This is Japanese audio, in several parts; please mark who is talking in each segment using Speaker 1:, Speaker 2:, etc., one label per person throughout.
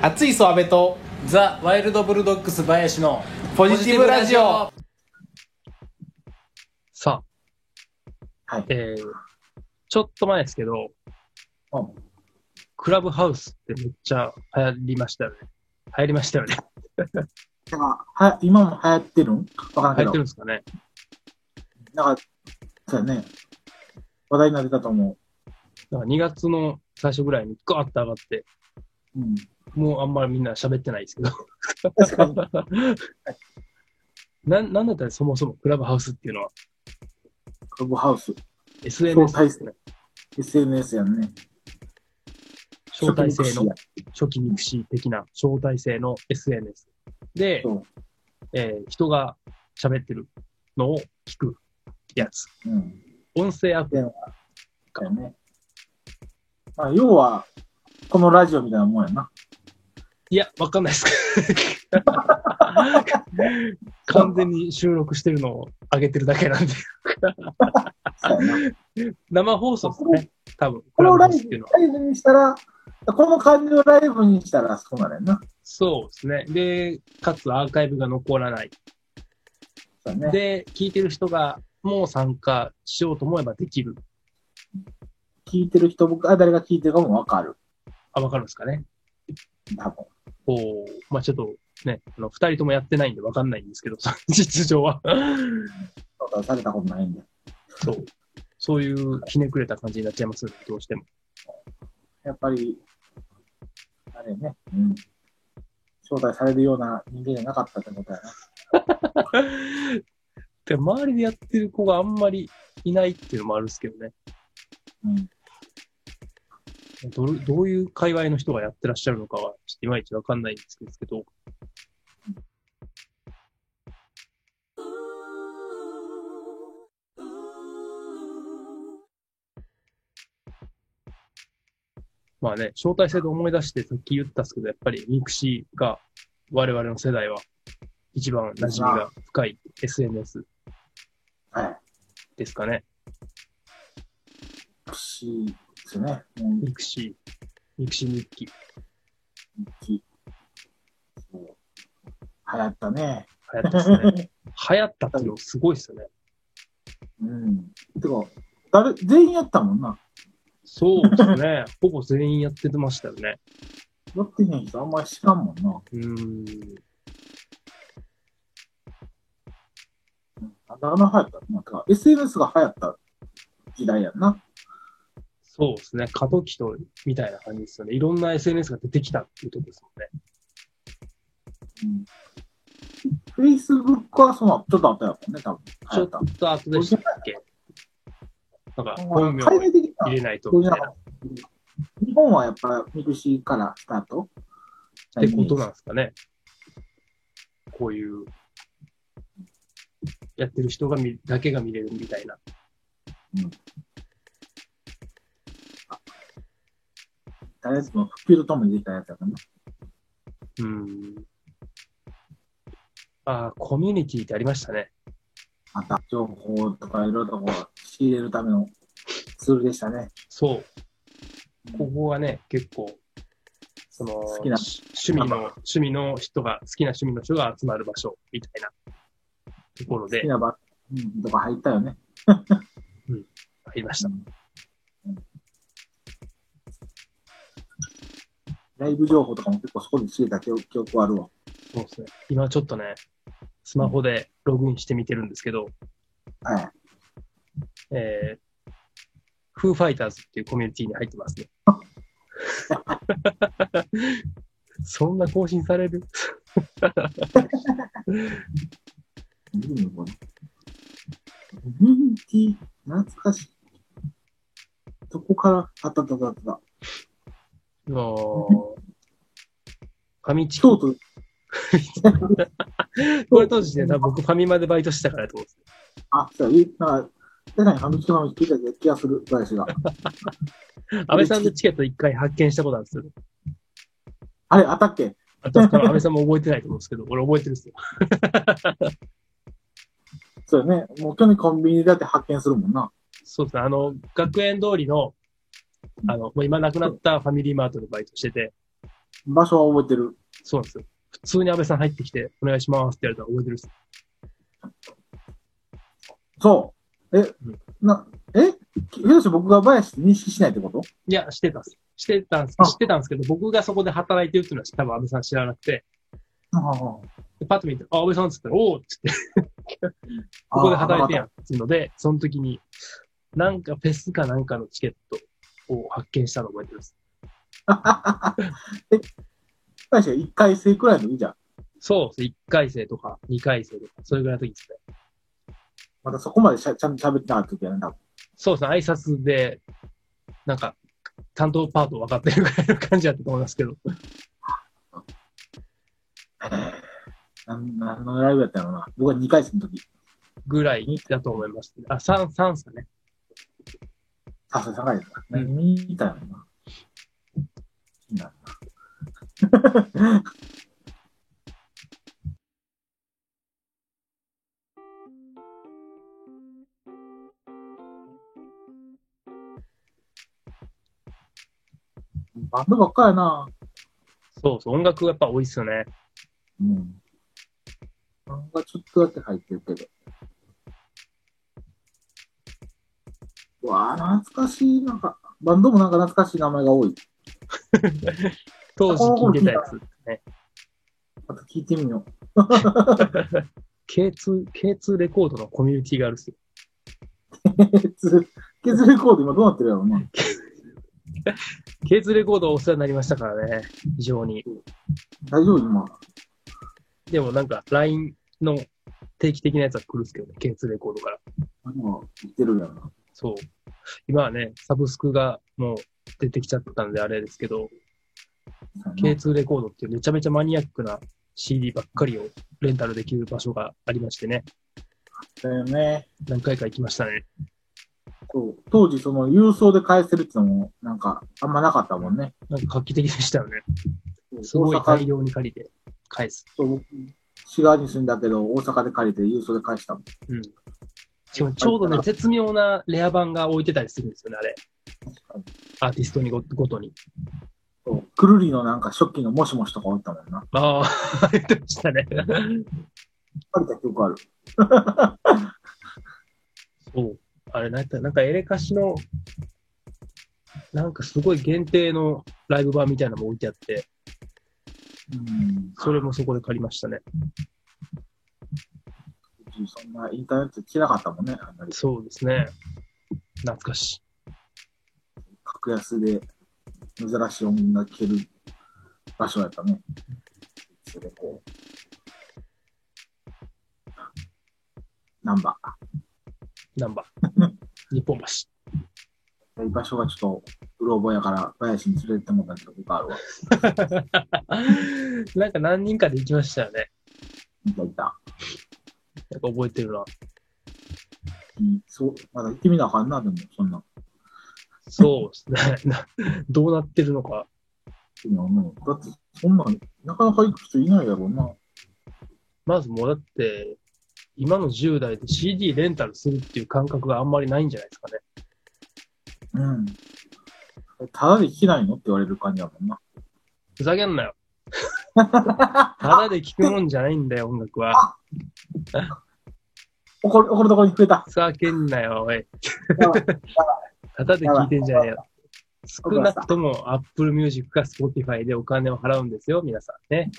Speaker 1: 熱いソアベと
Speaker 2: ザ・ワイルド・ブルドッグス林の
Speaker 1: ポジティブラジオ
Speaker 3: さあ、
Speaker 2: はい
Speaker 3: えー、ちょっと前ですけど、
Speaker 2: うん
Speaker 3: クラブハウスってめっちゃ流行りましたよね。流行りましたよね。
Speaker 4: まあ、は今も流行ってるんわからん
Speaker 3: 流行
Speaker 4: け
Speaker 3: っ
Speaker 4: ど
Speaker 3: てるん。ですかね。
Speaker 4: なんか、そうやね。話題になってたと思
Speaker 3: なんか2月の最初ぐらいにガーッと上がって、
Speaker 4: う。うん。
Speaker 3: もうあんまりみんな喋ってないですけど。
Speaker 4: 確かに。
Speaker 3: な、なんだったらそもそもクラブハウスっていうのは
Speaker 4: クラブハウス。
Speaker 3: SNS ですね。
Speaker 4: SNS やんね。
Speaker 3: 招待制の
Speaker 4: 食肉
Speaker 3: 初期肉親的な招待制の SNS で
Speaker 4: そう、
Speaker 3: えー人が喋ってるのを聞くやつ。
Speaker 4: 誌やうん。
Speaker 3: 音声アプリ。
Speaker 4: だよね。まあ、要は、このラジオみたいなもんやな。
Speaker 3: いや、わかんないです。完全に収録してるのを上げてるだけなんで。
Speaker 4: そうやな
Speaker 3: 生放送ですね。多分。
Speaker 4: これを
Speaker 3: ク
Speaker 4: ラ
Speaker 3: ラブハ
Speaker 4: イ
Speaker 3: ウスっ
Speaker 4: ブ
Speaker 3: ていうのは
Speaker 4: ライブにしたら、この感じのライブにしたらそうなるやな。
Speaker 3: そうですね。で、かつアーカイブが残らない。
Speaker 4: そうやね。
Speaker 3: で、聞いてる人がもう参加しようと思えばできる。
Speaker 4: 聞いてる人が誰が聞いてるかもわかる。
Speaker 3: あ、わかるんですかね。
Speaker 4: 多分。
Speaker 3: こう、まあちょっとね、あの、二人ともやってないんでわかんないんですけど、 実情は。
Speaker 4: そうかされたことないんで。
Speaker 3: そう。そういうひねくれた感じになっちゃいますねどうしても。
Speaker 4: やっぱり、あれね、うん。招待されるような人間じゃなかったってことやな。
Speaker 3: で周りでやってる子があんまりいないっていうのもあるんですけどね。
Speaker 4: うん。
Speaker 3: どれどういう界隈の人がやってらっしゃるのかは、ちょっといまいちわかんないんですけど。まあね、招待制で思い出してさっき言ったんですけど、やっぱりミクシーが我々の世代は一番馴染みが深い SNS
Speaker 4: はい。
Speaker 3: ですかね。
Speaker 4: くしですね。うん。
Speaker 3: ミクシー、ミクシー日記。
Speaker 4: 一そう流行ったね。
Speaker 3: 流行ったですね。流行ったっていうのもすごいですよね。
Speaker 4: うん。てか、誰、全員やったもんな。
Speaker 3: そうですね。ほぼ全員やってましたよね。
Speaker 4: やってない人あんまり知らんもんな。
Speaker 3: うーん。
Speaker 4: あだ名流行ったなんか、SNS が流行った時代やんな。
Speaker 3: そうですね。過渡期と、みたいな感じですよね。いろんな SNS が出てきたっていうとこですもんね。
Speaker 4: うん。Facebook はその、ちょっと後やもんね、多分。
Speaker 3: ち
Speaker 4: 流
Speaker 3: ょ
Speaker 4: 行
Speaker 3: っ
Speaker 4: った。
Speaker 3: と後でしたっけなんか、本名
Speaker 4: 海外的な
Speaker 3: 入れないと
Speaker 4: どう
Speaker 3: み
Speaker 4: じゃ
Speaker 3: た
Speaker 4: ない
Speaker 3: な。っ
Speaker 4: 日本はやっぱミクシーからスタート
Speaker 3: てことなん
Speaker 4: ん
Speaker 3: ですかね。こういう、やってる人が見、だけが見れるみたいな。
Speaker 4: 誰しも普及とともにできたやつやからね。
Speaker 3: うん。ああ、コミュニティってありましたね。
Speaker 4: また情報とかいろいろとこう仕入れるためのツールでしたね。
Speaker 3: そう。ここはね、結構、その、
Speaker 4: 好きな
Speaker 3: し趣味の、趣味の人が、好きな趣味の人が集まる場所、みたいなところ
Speaker 4: 好
Speaker 3: で
Speaker 4: きなバッとか入ったよね。
Speaker 3: ありました。
Speaker 4: ライブ情報とかも結構そこで仕入れた記憶記憶はあるわ。
Speaker 3: そうですね。今ちょっとね、スマホでログインしてみてるんですけど、
Speaker 4: はい。
Speaker 3: えー、フーファイターズっていうコミュニティに入ってますね。 そんな更新される
Speaker 4: 見るのこれ。コミュニティ、懐かしい。どこからあったとかあった。
Speaker 3: あーファミチキ。
Speaker 4: 京都、
Speaker 3: これ当時ね、多分僕ファミマでバイトしてたからだと思うんです
Speaker 4: あ、そうや、なんか、出ない、あの人が見てた気がする、私が。
Speaker 3: 安倍さんのチケット一回発見したことあるんですよ。
Speaker 4: あれ、あったっけ
Speaker 3: あと、多分安倍さんも覚えてないと思うんですけど、俺覚えてるんですよ。
Speaker 4: そうよね。もう去年コンビニだって発見するもんな。
Speaker 3: そうですね。あの、学園通りの、あの、もう今亡くなったファミリーマートでバイトしてて、
Speaker 4: 場所は覚えてる。
Speaker 3: そうなんですよ。普通に安倍さん入ってきて、お願いしますってやると覚えてるっす。
Speaker 4: そう。え、な、えひょっとして僕がバイアスって認識しないってこと
Speaker 3: いや、してたっす。してたんです
Speaker 4: あ、
Speaker 3: 知ってたんですけど、僕がそこで働いてるっていうのは多分安倍さん知らなくて、でパッと見て、あ、安倍さんっつって、おおっつって、ここで働いてんやんっつうので、その時に、なんかフェスかなんかのチケットを発見したのを覚えてます。
Speaker 4: 大して1回生くらいのいいじゃん。
Speaker 3: そうですね。1回生とか2回生とか、それぐらいの時ですね。
Speaker 4: またそこまでしゃちゃんと喋ってなかった時やね、多分。
Speaker 3: そうですね。挨拶で、なんか、担当パート分かってるぐらいの感じだったと思いますけど。
Speaker 4: なん何のライブやったのかな僕は2回生の時。
Speaker 3: ぐらいだと思います、あ、3、三ですかね。
Speaker 4: あ、それ高いですか。
Speaker 3: う
Speaker 4: 見たよな。いいな。 バンドばっかやな。
Speaker 3: そうそう。音楽やっぱ多いっすよね。
Speaker 4: うん。漫画ちょっとだけ入ってるけど。うわあ懐かしい。なんか、バンドもなんか懐かしい名前が多い。
Speaker 3: 当時聴いてたやつ。
Speaker 4: また聞いてみよう。
Speaker 3: K2、K2 レコードのコミュニティがあるっすよ。
Speaker 4: 削りコード今どうなってるやろうね。
Speaker 3: K2 レコードお世話になりましたからね。非常に。
Speaker 4: 大丈夫今。
Speaker 3: でもなんか、LINE の定期的なやつは来るっすけどね。K2 レコードから。
Speaker 4: 今、言ってるやろな。
Speaker 3: そう。今はね、サブスクがもう出てきちゃったんであれですけど、K2 レコードっていうめちゃめちゃマニアックな CD ばっかりをレンタルできる場所がありましてね、
Speaker 4: だよね。
Speaker 3: 何回か行きましたね。
Speaker 4: そう。当時、その、郵送で返せるってのも、なんか、あんまなかったもんね。
Speaker 3: なんか画期的でしたよね。す
Speaker 4: 大
Speaker 3: ごい大
Speaker 4: 阪
Speaker 3: 量に借りて返す。
Speaker 4: そう僕滋賀に住んだけど、大阪で借りて郵送で返したもん。
Speaker 3: うん。しかもちょうどね、絶妙なレア版が置いてたりするんですよね、あれ。アーティストにごごとに。
Speaker 4: そうくるりのなんか初期のもしもしとかおったもんな。
Speaker 3: ああ、言ってましたね。
Speaker 4: 借りた記憶ある。
Speaker 3: そう。あれ、なんやったなんかエレカシの、なんかすごい限定のライブ版みたいなのも置いてあって、
Speaker 4: うん。
Speaker 3: それもそこで借りましたね。
Speaker 4: そんなインターネット来なかったもんね。あんまり
Speaker 3: そうですね。懐かし
Speaker 4: 格安で珍しい音楽が聴ける場所やったね。それでこう。ナンバ
Speaker 3: い。ナンバ ー。日本橋。
Speaker 4: ー。場所がちょっと、うろ覚えやから、林に連れてってもらったことあるわ。
Speaker 3: なんか何人かで行きましたよね。
Speaker 4: いたいた。
Speaker 3: なんか覚えてるな。
Speaker 4: うんそう、まだ行ってみなあかんな、でも、そんな。
Speaker 3: そうですね。な どうなってるのか。
Speaker 4: 今思うだって、そんな、なかなか行く人いないやろうな。
Speaker 3: まずもうだって、今の10代で CD レンタルするっていう感覚があんまりないんじゃないですかね。
Speaker 4: うん。ただで聞けないのって言われる感じやもんな。
Speaker 3: ふざけんな よ。ただで聞くもんじゃないんだよ、音楽は。
Speaker 4: 怒る、怒るとこに増えた。
Speaker 3: ふざけんなよ、おい。
Speaker 4: やばい
Speaker 3: ただで聞いてんじゃねえよ。少
Speaker 4: ばい
Speaker 3: なくとも Apple Music か Spotify でお金を払うんですよ、皆さん ね。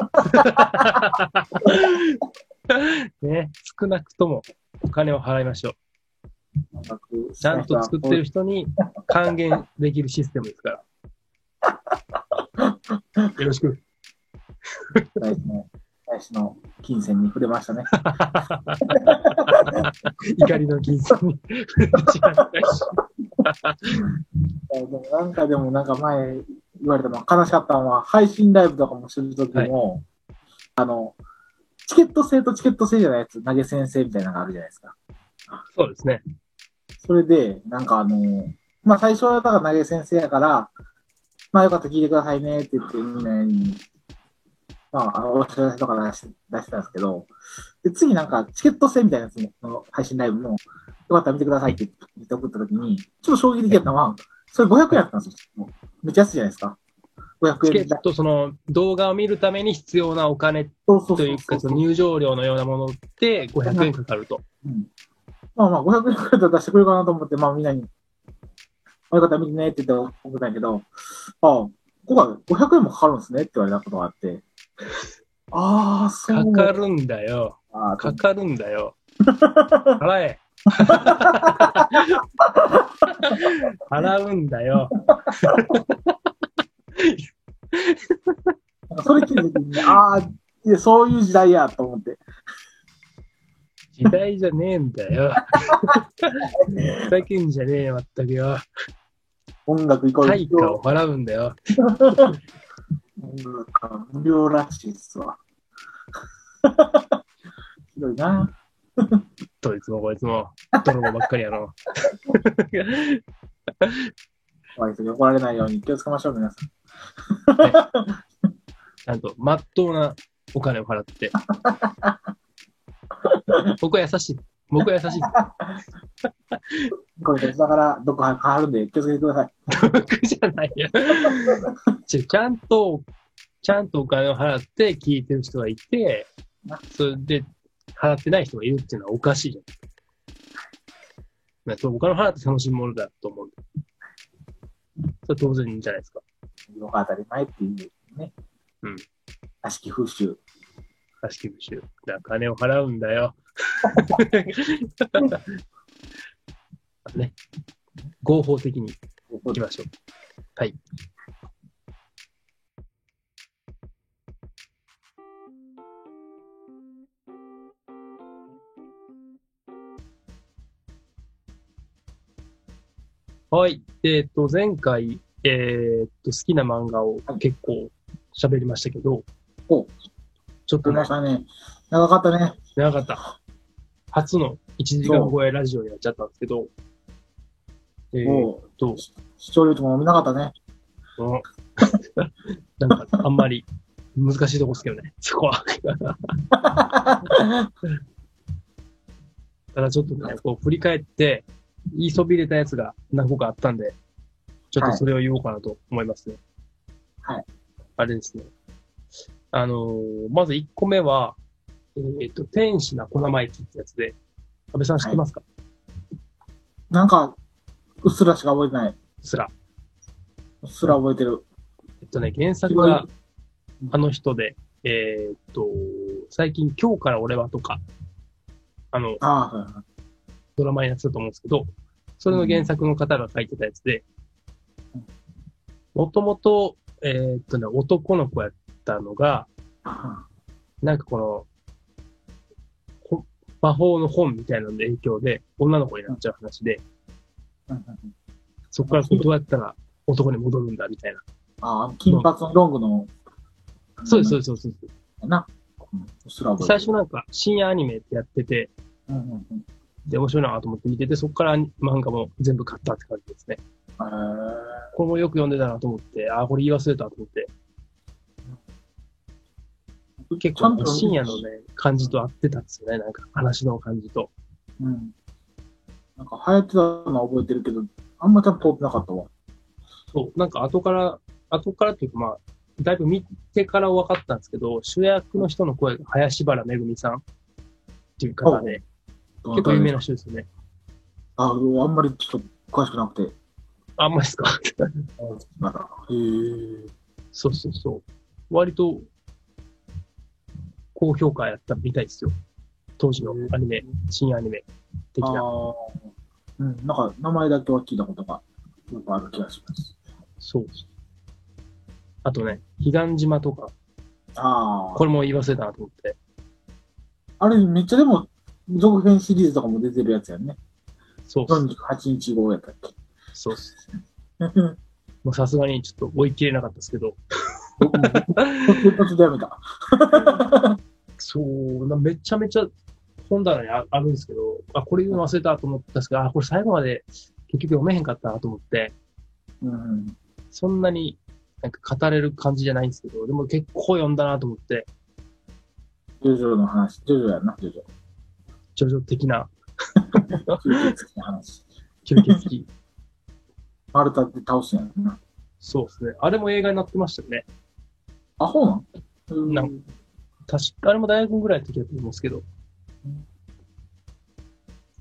Speaker 3: ね、少なくともお金を払いましょう。
Speaker 4: 音楽
Speaker 3: ちゃんと作ってる人に還元できるシステムですから。よろしく。
Speaker 4: 大事の、大事の金銭に触れましたね。
Speaker 3: 怒りの金銭に触れてしまった。
Speaker 4: いやでもなんかでもなんか前言われたのは悲しかったのは、配信ライブとかもするときも、あの、チケット制とチケット制じゃないやつ、投げ先生みたいなのがあるじゃないですか。
Speaker 3: そうですね。
Speaker 4: それで、なんかあの、まあ最初はだから投げ先生やから、まあよかったら聞いてくださいねって言ってみんなに、まああのお知らせとか出して出してたんですけど、で次なんかチケット制みたいなやつもの配信ライブも、よかったら見てくださいって言って送った時に、ちょっと衝撃的やったのは、それ500円やったんですよ。もうめっちゃ安いじゃないですか。 500
Speaker 3: チ
Speaker 4: 円
Speaker 3: ケ
Speaker 4: みた
Speaker 3: ッ
Speaker 4: い
Speaker 3: ト、その動画を見るために必要なお金
Speaker 4: そうそう
Speaker 3: と
Speaker 4: そ
Speaker 3: いううか、そ
Speaker 4: そう
Speaker 3: の入場料のようなものって500円かかると。
Speaker 4: まあまあ、500円くらいだったら出してくれるかなと思って、まあみんなに、あよかったら見てねって言って送ったんやけど、ああ、今回500円もかかるんですねって言われたことがあって、ああ、そ
Speaker 3: か
Speaker 4: う
Speaker 3: かるんだよ。
Speaker 4: あー
Speaker 3: かかるんだよ。払え。払うんだよ。
Speaker 4: それ聞いた時に、ああ、いやそういう時代やと思って。
Speaker 3: 時代じゃねえんだよ。ふざけんじゃねえよ、全くよ。
Speaker 4: 音楽イコール
Speaker 3: 対
Speaker 4: 無
Speaker 3: 価を
Speaker 4: 料。
Speaker 3: 払うんだよ。
Speaker 4: 音楽は無料らしいっすわ。 ひどいな。
Speaker 3: どいつもこいつも、泥棒ばっかりやろ。
Speaker 4: 怖い人に怒られないように気をつけましょう、皆さん。
Speaker 3: ちゃんと、まっとうなお金を払って。僕は優しい。僕は優しい。
Speaker 4: こういう人だから、どこか変わるんで気をつけてください。
Speaker 3: 僕じゃないよ。ちょちゃんと、ちゃんとお金を払って聞いてる人がいて、それで払ってない人がいるっていうのはおかしいじゃん。まあそうお金を払って楽しむものだと思うんだよそれ当然いいんじゃないですか。
Speaker 4: よく当たり前っていうね。
Speaker 3: うん。
Speaker 4: 悪しき風習。
Speaker 3: 貸し切るし。だから金を払うんだよ。 ね。合法的に行きましょう。はい。はい。でえっと、前回、えーっと、好きな漫画を結構喋りましたけど、
Speaker 4: お
Speaker 3: ちょっと
Speaker 4: 出
Speaker 3: ね
Speaker 4: ましたね。長かったね。
Speaker 3: 長かった。初の1時間超えラジオになっちゃったんですけど、えーっ
Speaker 4: もう、
Speaker 3: と、
Speaker 4: 視聴率も見なかったね。
Speaker 3: うん なんか、あんまり難しいとこですけどね、そこは。ただちょっとね、こう振り返って、言いそびれたやつが何個かあったんで、ちょっとそれを言おうかなと思いますね。
Speaker 4: はい。
Speaker 3: あれですね。あのーまず1個目は、えーっと、天使な小生意気ってやつで、安倍さん知ってますか、
Speaker 4: なんか、うっすらしか覚えてない。
Speaker 3: すら。
Speaker 4: うっすら覚えてる。
Speaker 3: えっとね、原作が
Speaker 4: うん
Speaker 3: あの人で、えーっと、最近今日から俺はとか、あの、
Speaker 4: ああ、はいはい
Speaker 3: ドラマになってたと思うんですけど、それの原作の方が書いてたやつで
Speaker 4: うん、
Speaker 3: もともと、えーっとね、男の子やったのが、なんかこの、ほ魔法の本みたいなのの影響で、女の子になっちゃう話で、
Speaker 4: うんうんうん。
Speaker 3: そこからこうどうやったら男に戻るんだみたいな。
Speaker 4: ああ、金髪のロングの。
Speaker 3: そうです、そうです、そうです。
Speaker 4: す。な。うんうっすら覚え
Speaker 3: 最
Speaker 4: てる。
Speaker 3: 初なんか深夜アニメってやってて、
Speaker 4: うんうんうん。
Speaker 3: で、面白いなと思って見てて、そこから漫画も全部買ったって感じですね。
Speaker 4: へー
Speaker 3: これもよく読んでたなと思って、ああ、これ言い忘れたと思って。結構ね、深夜のね、感じと合ってたんですよね。なんか話の感じと。
Speaker 4: うん。なんか流行ってたのは覚えてるけど、あんまちゃんと通ってなかったわ。
Speaker 3: そう、なんか後から、後からっていうかまあ、だいぶ見てから分かったんですけど、主役の人の声が林原めぐみさんっていう方で、結構有名
Speaker 4: な。
Speaker 3: な人ですよね。
Speaker 4: あ、うんあんまりちょっと詳しくなくて。
Speaker 3: あんまりですか
Speaker 4: まだ。へえ。
Speaker 3: そうそうそう。割と、高評価やったみたいですよ。当時のアニメ、新アニメ的
Speaker 4: あ
Speaker 3: な。
Speaker 4: あ。うん、なんか名前だけは聞いたことがよくある気がします。
Speaker 3: そう。あとね、彼岸島とか、
Speaker 4: ああ
Speaker 3: こ。れも言い忘れたなと思って。
Speaker 4: あれ、めっちゃでも、続編シリーズとかも出てるやつやんね。
Speaker 3: そうそう
Speaker 4: 48日号やったっけ。
Speaker 3: そうっす。もうさすがにちょっと追い切れなかったですけど、
Speaker 4: 一発でやめた。
Speaker 3: そう、なめちゃめちゃ本棚にああるんですけど、あ、これ言うの忘れたと思ったんですけど、あ、これ最後まで結局読めへんかったなと思って、
Speaker 4: うん。
Speaker 3: そんなになんか語れる感じじゃないんですけど、でも結構読んだなと思って、
Speaker 4: ジョジョの話。ジョジョやんな、ジョジョ。
Speaker 3: 徐々的な
Speaker 4: 吸血鬼の話。
Speaker 3: 吸血鬼。
Speaker 4: 丸太って倒すやんな。
Speaker 3: そうですね。あれも映画になってましたよね。
Speaker 4: あ、ほうなんうん
Speaker 3: なん確か、あれも大学ぐらいの時だと思うんですけど。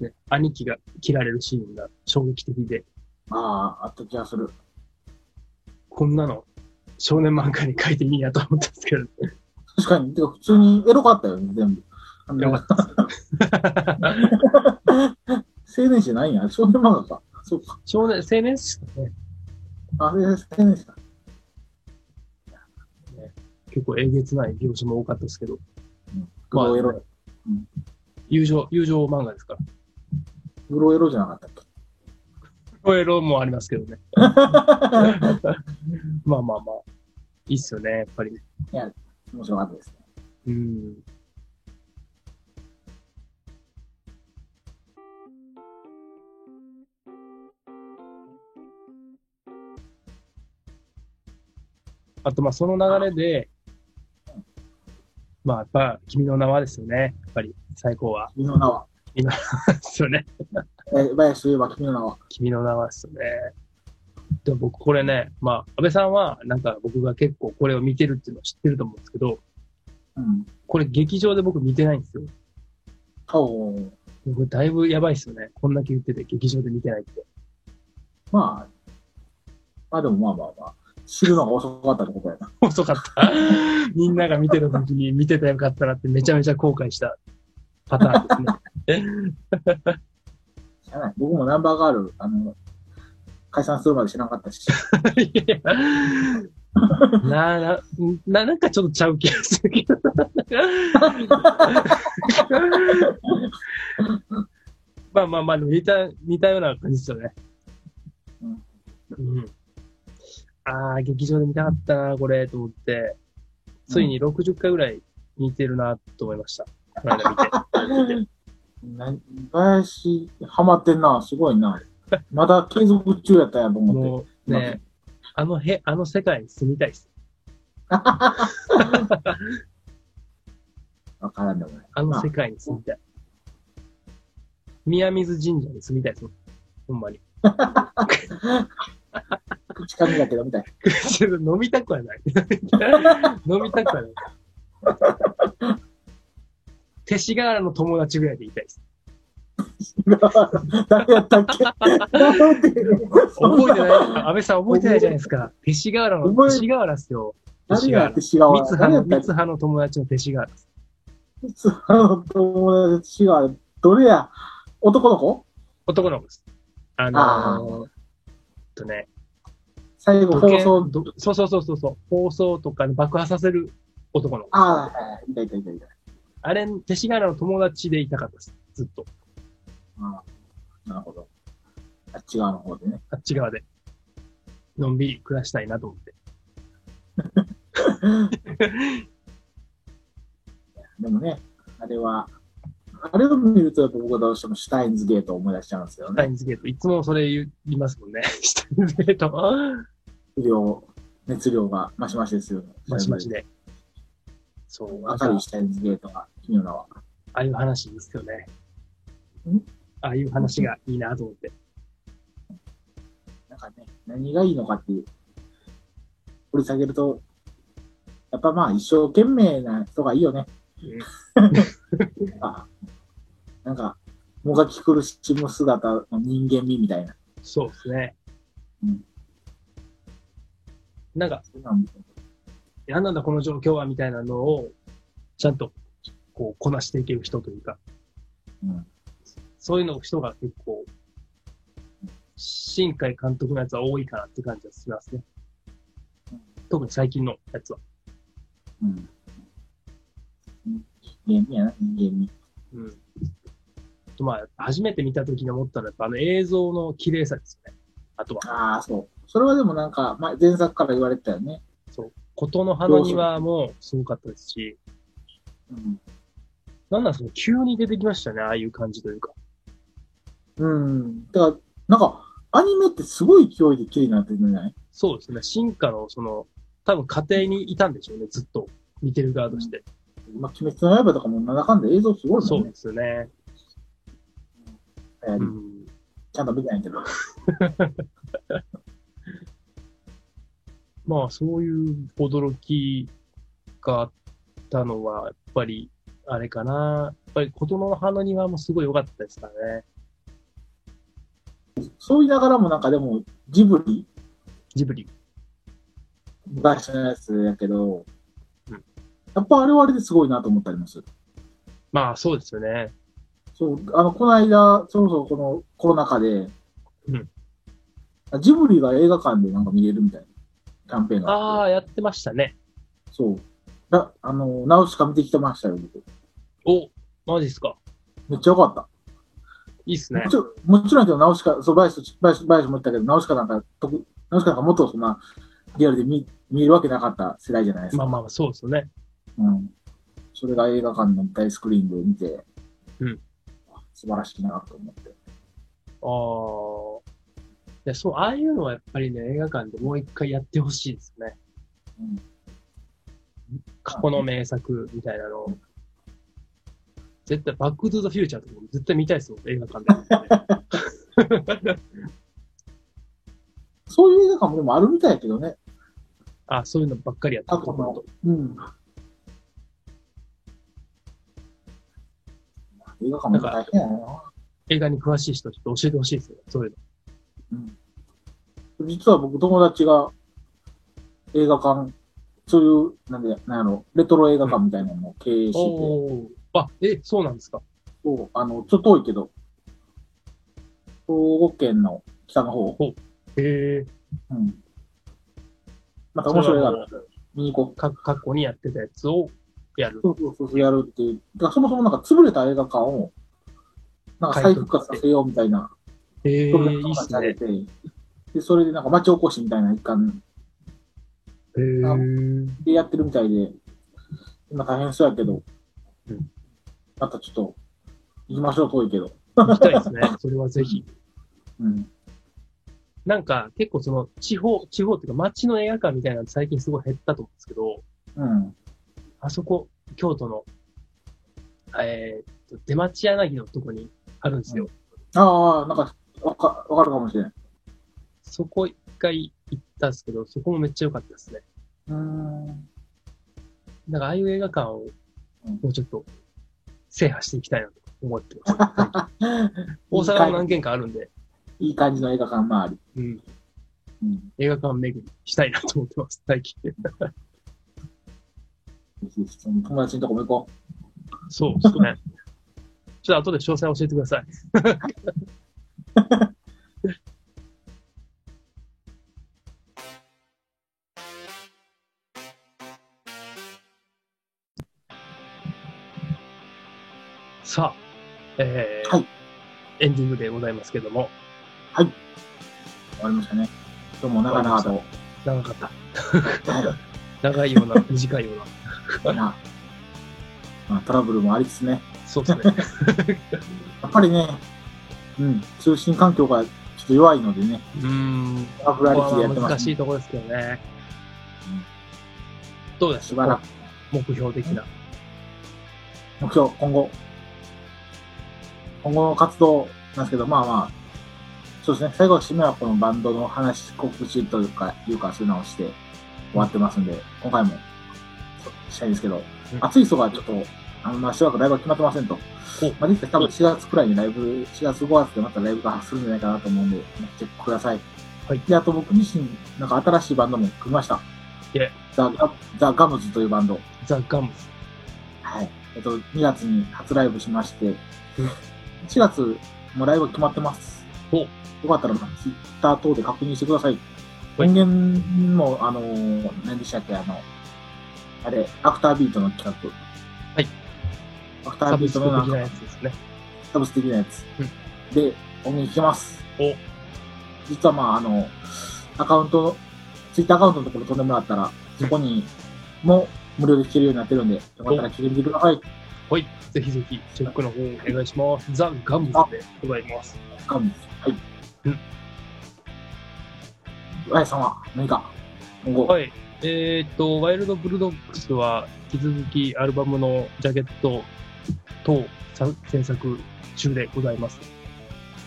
Speaker 3: ね、兄貴が切られるシーンが衝撃的で、
Speaker 4: ああ、あった気がする。
Speaker 3: こんなの少年漫画に書いていいんやと思ったんですけど、
Speaker 4: 確かに。てか、普通にエロかったよね、全部。あの
Speaker 3: よかったです。
Speaker 4: 青年誌ないんや。少年漫画か。そうか。
Speaker 3: 少年、青年っすかね。
Speaker 4: あれ、青年誌か。
Speaker 3: 結構えげつない描写も多かったですけど、
Speaker 4: グロエロ、
Speaker 3: 友情、友情漫画ですから。
Speaker 4: グロエロじゃなかったっけ
Speaker 3: これロもありますけどね。 まあまあまあ。いいっすよね、やっぱりね。
Speaker 4: 面白かったですね。
Speaker 3: うん。あと、まあ、その流れで、まあ、やっぱ、君の名はですよね。やっぱり、最高は。
Speaker 4: 君の名は。
Speaker 3: ですよね。
Speaker 4: え、林といえば君の名は。
Speaker 3: 君の名はですよね。でも僕これね、まあ、安倍さんは、なんか僕が結構これを見てるっていうのを知ってると思うんですけど、
Speaker 4: うん。
Speaker 3: これ劇場で僕見てないんですよ。
Speaker 4: おう
Speaker 3: 僕だいぶやばいっすよね。こんだけ言ってて劇場で見てないって。
Speaker 4: まあ、まあでもまあまあまあ、知るのが遅かったってことやな。
Speaker 3: 遅かった。 みんなが見てる時に見てたらよかったなってめちゃめちゃ後悔したパターンですね。
Speaker 4: 知らない。僕もナンバーガール、あの、解散するまで知らなかったし。
Speaker 3: いやいやなあなな、なんかちょっとちゃう気がするけど。まあまあまあ、でも似た、似たような感じですよね。
Speaker 4: うん
Speaker 3: うん。ああ、劇場で見たかったな、これ、と思って、ついに60回ぐらい似てるな、と思いました。この間見て。
Speaker 4: な、林、ハマってんな。すごいな。まだ継続中やったんやと思って。
Speaker 3: もうね、あのへ、あの世界に住みたいです。
Speaker 4: わからんでもない。
Speaker 3: あの世界に住みたい。宮水神社に住みたいですもん。ほんまに。
Speaker 4: 口かみだけどみたい。
Speaker 3: ちょっと飲みたくは ない。飲みたくはない。勅使河原の友達ぐらいでいたいです。
Speaker 4: 誰やったっけ なん
Speaker 3: 覚
Speaker 4: で
Speaker 3: えてないですか安倍さん覚えてないじゃないですか。勅使河原の、
Speaker 4: 覚え
Speaker 3: 勅使河原ですよ。勅
Speaker 4: 誰
Speaker 3: 使
Speaker 4: や
Speaker 3: 河
Speaker 4: って違う
Speaker 3: 原。
Speaker 4: わ。
Speaker 3: 三葉の、
Speaker 4: 誰やったっ
Speaker 3: 三
Speaker 4: け
Speaker 3: 葉の友達の勅使河原です。
Speaker 4: 三葉の友達は、どれや男の子
Speaker 3: 男の子です。あのー
Speaker 4: あ
Speaker 3: えっとね、
Speaker 4: 最
Speaker 3: 土
Speaker 4: 後放
Speaker 3: 建
Speaker 4: 送。
Speaker 3: どそうそうそうそうそう、放送とかで爆破させる男の子。
Speaker 4: ああ、はいはいいたいたいたいた。
Speaker 3: あれ、勅使河原の友達でいたかったです。ずっと。
Speaker 4: ああなるほど。あっち側の方でね。
Speaker 3: あっち側で。のんびり暮らしたいなと思って。
Speaker 4: でもね、あれは、あれを見るとやっぱ僕はどうしてもシュタインズゲートを思い出しちゃうんですよ
Speaker 3: シュタイ
Speaker 4: ね。
Speaker 3: ンズゲート。いつもそれ言いますもんね。 シュタインズゲート。
Speaker 4: 熱量、熱量がマシマシですよね。
Speaker 3: マシマシ。で。そう、なん
Speaker 4: 明
Speaker 3: か
Speaker 4: るいシュタインズゲートが、君の名は。
Speaker 3: ああいう話いいっすよね
Speaker 4: ん。
Speaker 3: ああいう話がいいなと思って。
Speaker 4: なんかね、何がいいのかっていう、掘り下げると、やっぱまあ一生懸命な人がいいよね。あなんか、もがき苦しむ姿の人間味みたいな。
Speaker 3: そうですね
Speaker 4: うん。
Speaker 3: なんか、何なんだこの状況はみたいなのを、ちゃんと、こう、こなしていける人というか、
Speaker 4: うん
Speaker 3: そういうの人が結構、新海監督のやつは多いかなって感じはしますね
Speaker 4: うん。
Speaker 3: 特に最近のやつは。
Speaker 4: うん。人間味やな、人間味。
Speaker 3: うん。まあ、初めて見た時に思ったのは、やっぱあの映像の綺麗さですよね。あとは、
Speaker 4: ああ、そう。それはでもなんか、まあ、前作から言われてたよね。
Speaker 3: 琴の花庭もすごかったですし、
Speaker 4: うん。
Speaker 3: なんなんその急に出てきましたね、ああいう感じというか。
Speaker 4: うん。だから、なんか、アニメってすごい勢いで綺麗になってるんじゃない
Speaker 3: そうですね、進化の、その、多分家庭にいたんでしょうね、ずっと。見てる側として。
Speaker 4: まあ、鬼滅の刃とかもなんだかんだ映像すごい
Speaker 3: そう
Speaker 4: も
Speaker 3: ん
Speaker 4: ね
Speaker 3: で。すよね。
Speaker 4: 流行
Speaker 3: う
Speaker 4: り
Speaker 3: ん。
Speaker 4: ちゃんと見てないけど。
Speaker 3: まあ、そういう驚きがあったのは、やっぱり、あれかな。やっぱり、琴の葉の庭もすごい良かったですからね。
Speaker 4: そう言いながらもなんかでも、ジブリ
Speaker 3: ジブリ。
Speaker 4: 昔のやつやけど
Speaker 3: うん、
Speaker 4: やっぱあれはあれですごいなと思ったりもする。
Speaker 3: まあ、そうですよね。
Speaker 4: そう、あの、この間、そもそもこのコロナ禍で、
Speaker 3: うん
Speaker 4: ジブリが映画館でなんか見れるみたいなキャンペーンが
Speaker 3: あ
Speaker 4: あって、
Speaker 3: あ、やってましたね。
Speaker 4: そう。だあの、ナウシカ見てきてましたよ、僕
Speaker 3: お、マジっすか。
Speaker 4: めっちゃよかった。
Speaker 3: いいっすね
Speaker 4: も。ちろんもちろんやけど、ナウシカ、そう、バイス、バイス、バイスも言ったけど、ナウシカなんか、特ナウシカなんかもっとそんな、リアルで見見るわけなかった世代じゃないですか。
Speaker 3: まあまあ、そうですよね。
Speaker 4: うん。それが映画館の大スクリーンで見て、
Speaker 3: うん
Speaker 4: 素晴らしいなと思って。
Speaker 3: ああ。いや、そう、ああいうのはやっぱりね、映画館でもう一回やってほしいですね。
Speaker 4: うん
Speaker 3: 過去の名作みたいなのを。絶対、バックトゥーザフューチャーとかも絶対見たいですよ、映画 館で。
Speaker 4: そういう映画館もでもあるみたいやけどね。
Speaker 3: あそういうのばっかりやって
Speaker 4: 過
Speaker 3: ると
Speaker 4: 去
Speaker 3: 思う
Speaker 4: の
Speaker 3: と。。
Speaker 4: うん。映画館も大変やな。
Speaker 3: 映画に詳しい人、ちょっと教えてほしいですよ、そういうの。
Speaker 4: 実は僕、友達が映画館、そういう、なんで、なんやろ、レトロ映画館みたいなのを経営してて、
Speaker 3: おーあ、え、そうなんですか。
Speaker 4: そうあの、ちょっと遠いけど、兵庫県の北の方、
Speaker 3: へえ。
Speaker 4: うん。なんか面白い映画あ
Speaker 3: それ
Speaker 4: る
Speaker 3: はもう
Speaker 4: 見に行こう。
Speaker 3: か過去にやってたやつをやる。
Speaker 4: そうそうそうそう、やるっていう。だからそもそもなんか潰れた映画館を、なんか再復活させようみたいな、
Speaker 3: ええ
Speaker 4: プロジェ
Speaker 3: いいっ
Speaker 4: ク
Speaker 3: す
Speaker 4: トが
Speaker 3: ね。
Speaker 4: 立ち上げて、で、それでなんか町おこしみたいな一環
Speaker 3: へー
Speaker 4: でやってるみたいで、今大変そうやけど
Speaker 3: うん、
Speaker 4: またちょっと、行きましょう、遠いけど。
Speaker 3: 行きたいですね。それはぜひ。
Speaker 4: うん。
Speaker 3: なんか、結構その、地方、地方っていうか、街の映画館みたいなのって最近すごい減ったと思うんですけど、
Speaker 4: うん。
Speaker 3: あそこ、京都の、えーっと、出町柳のとこにあるんですよ。
Speaker 4: ああ、なんか、わか、わかるかもしれん。
Speaker 3: そこ一回行ったんですけど、そこもめっちゃ良かったですね。
Speaker 4: うーん。
Speaker 3: なんか、ああいう映画館を
Speaker 4: うん、
Speaker 3: もうちょっと、制覇していきたいなと思ってます。 大阪も何軒かあるんで、
Speaker 4: いい感じの映画館周り。
Speaker 3: うん、
Speaker 4: うん。
Speaker 3: 映画館巡りしたいなと思ってます、最近。
Speaker 4: ぜひぜひ友達のとこも行こう。
Speaker 3: そうですね。ちょっと後で詳細教えてください。 さあ、えー
Speaker 4: はい
Speaker 3: エンディングでございますけども、
Speaker 4: 終わりましたね。今日も長々と。は
Speaker 3: 長かった。
Speaker 4: い。
Speaker 3: 長いような、短いような。
Speaker 4: な、まあ、トラブルもありつつね、
Speaker 3: そう ですね。
Speaker 4: やっぱりね、うん、通信環境がちょっと弱いのでね、
Speaker 3: うーん。
Speaker 4: トラブルありきでやって
Speaker 3: ここは
Speaker 4: ま
Speaker 3: 難
Speaker 4: す、
Speaker 3: しい
Speaker 4: ね。
Speaker 3: ところですけどね
Speaker 4: うん。
Speaker 3: どうです
Speaker 4: しばらく、
Speaker 3: 目標的な。
Speaker 4: 目標、今後、今後の活動なんですけど、まあまあ、そうですね、最後締めはこのバンドの話、告知というか、いうか、そういうのをして終わってますんで、今回もそうしたいんですけど、
Speaker 3: うん
Speaker 4: 暑い人がちょっと、あの、まあ、しばらくライブは決まってませんと。
Speaker 3: お
Speaker 4: まあ、実際多分4月くらいにライブ、4月5月でまたライブが発するんじゃないかなと思うんで、チェックください。
Speaker 3: はい
Speaker 4: で、あと僕自身、なんか新しいバンドも組みました。
Speaker 3: いえ
Speaker 4: ザ・ガザ・ガムズというバンド。
Speaker 3: ザ・ガムズ。
Speaker 4: はい。えっと、2月に初ライブしまして、
Speaker 3: うん
Speaker 4: 4月もライブ決まってます。
Speaker 3: お
Speaker 4: よかったら、ツイッター等で確認してください。
Speaker 3: はい
Speaker 4: 音源も、あのー、何でしたっけ、あの、あれ、アフタービートの企画。
Speaker 3: はい。
Speaker 4: アフタ
Speaker 3: サ
Speaker 4: ービ
Speaker 3: ブ
Speaker 4: ー
Speaker 3: スク
Speaker 4: ト
Speaker 3: 的
Speaker 4: のなんか
Speaker 3: なやつですね。
Speaker 4: サブス的なやつ。で、音源聞けます。
Speaker 3: お
Speaker 4: 実はまあ、あの、アカウント、ツイッターアカウントのところ飛んでもらったら、そこにも無料で聞けるようになってるんで、よかったら聞いてみてください。
Speaker 3: はい。ぜひぜひ、チェックの方お願いします。ザ・ガムズでございます。
Speaker 4: ガムはい。
Speaker 3: うん。
Speaker 4: 岩井さんは何か今後、
Speaker 3: はい。えーっと、ワイルド・ブルドックスは、引き続きアルバムのジャケット等さ制作中でございます。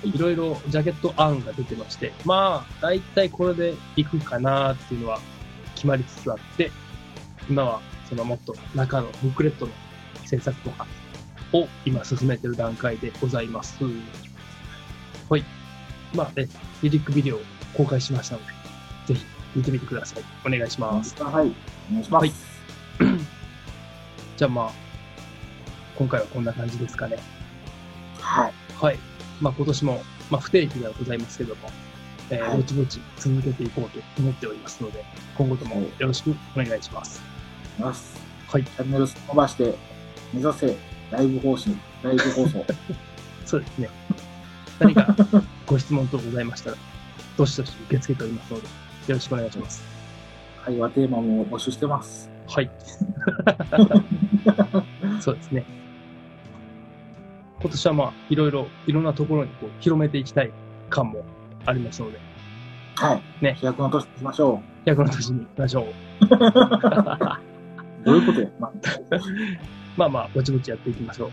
Speaker 4: い
Speaker 3: いろいろジャケット案が出てまして、まあ、だいたいこれでいくかなっていうのは決決まりつつあって、今はそのもっと中のブックレットの制作とかを今進めてる段階でございます。はい。まあね、リリックビデオを公開しましたので、ぜひ見てみてください。お願いします。
Speaker 4: はい。お願いしま
Speaker 3: は
Speaker 4: す。
Speaker 3: いじゃあまあ、今回はこんな感じですかね。
Speaker 4: はい。
Speaker 3: はい。まあ今年も、まあ不定期ではございますけども、えー
Speaker 4: はい
Speaker 3: ぼちぼち続けていこうと思っておりますので、今後ともよろしくお願いします。
Speaker 4: お願いします。
Speaker 3: はい
Speaker 4: チャンネル伸ばして、目指せ、ライブ方針、ライブ放 送。
Speaker 3: そうですね。何かご質問等ございましたら、どしどし受け付けておりますので、よろしくお願いします。
Speaker 4: 会話テーマも募集してます。
Speaker 3: はい。そうですね。今年はまあ、いろいろ、いろんなところにこう広めていきたい感もありますので、
Speaker 4: はい。
Speaker 3: ね
Speaker 4: 飛躍の年にしましょ
Speaker 3: 役の年に行きましょう。
Speaker 4: う。どういうこ とや、ま
Speaker 3: まあまあ、ぼちぼちやっていきましょ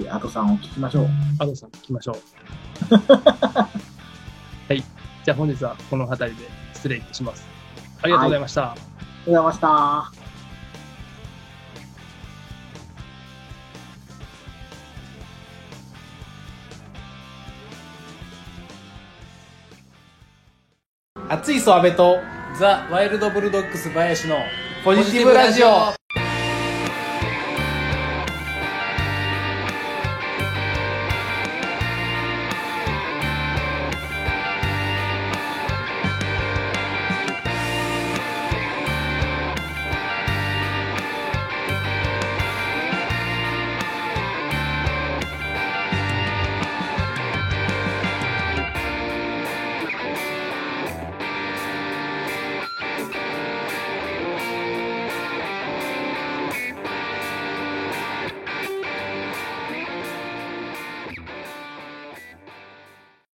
Speaker 3: う。
Speaker 4: あ、あとさんを聞きましょう。
Speaker 3: アドさん聞きましょう。はい。じゃあ本日はこの辺りで失礼いたします。ありがとうございました。
Speaker 4: ありがとうございました。
Speaker 1: 熱いソアベと
Speaker 2: ザ・ワイルド・ブルドッグス林の
Speaker 1: ポジティブラジオ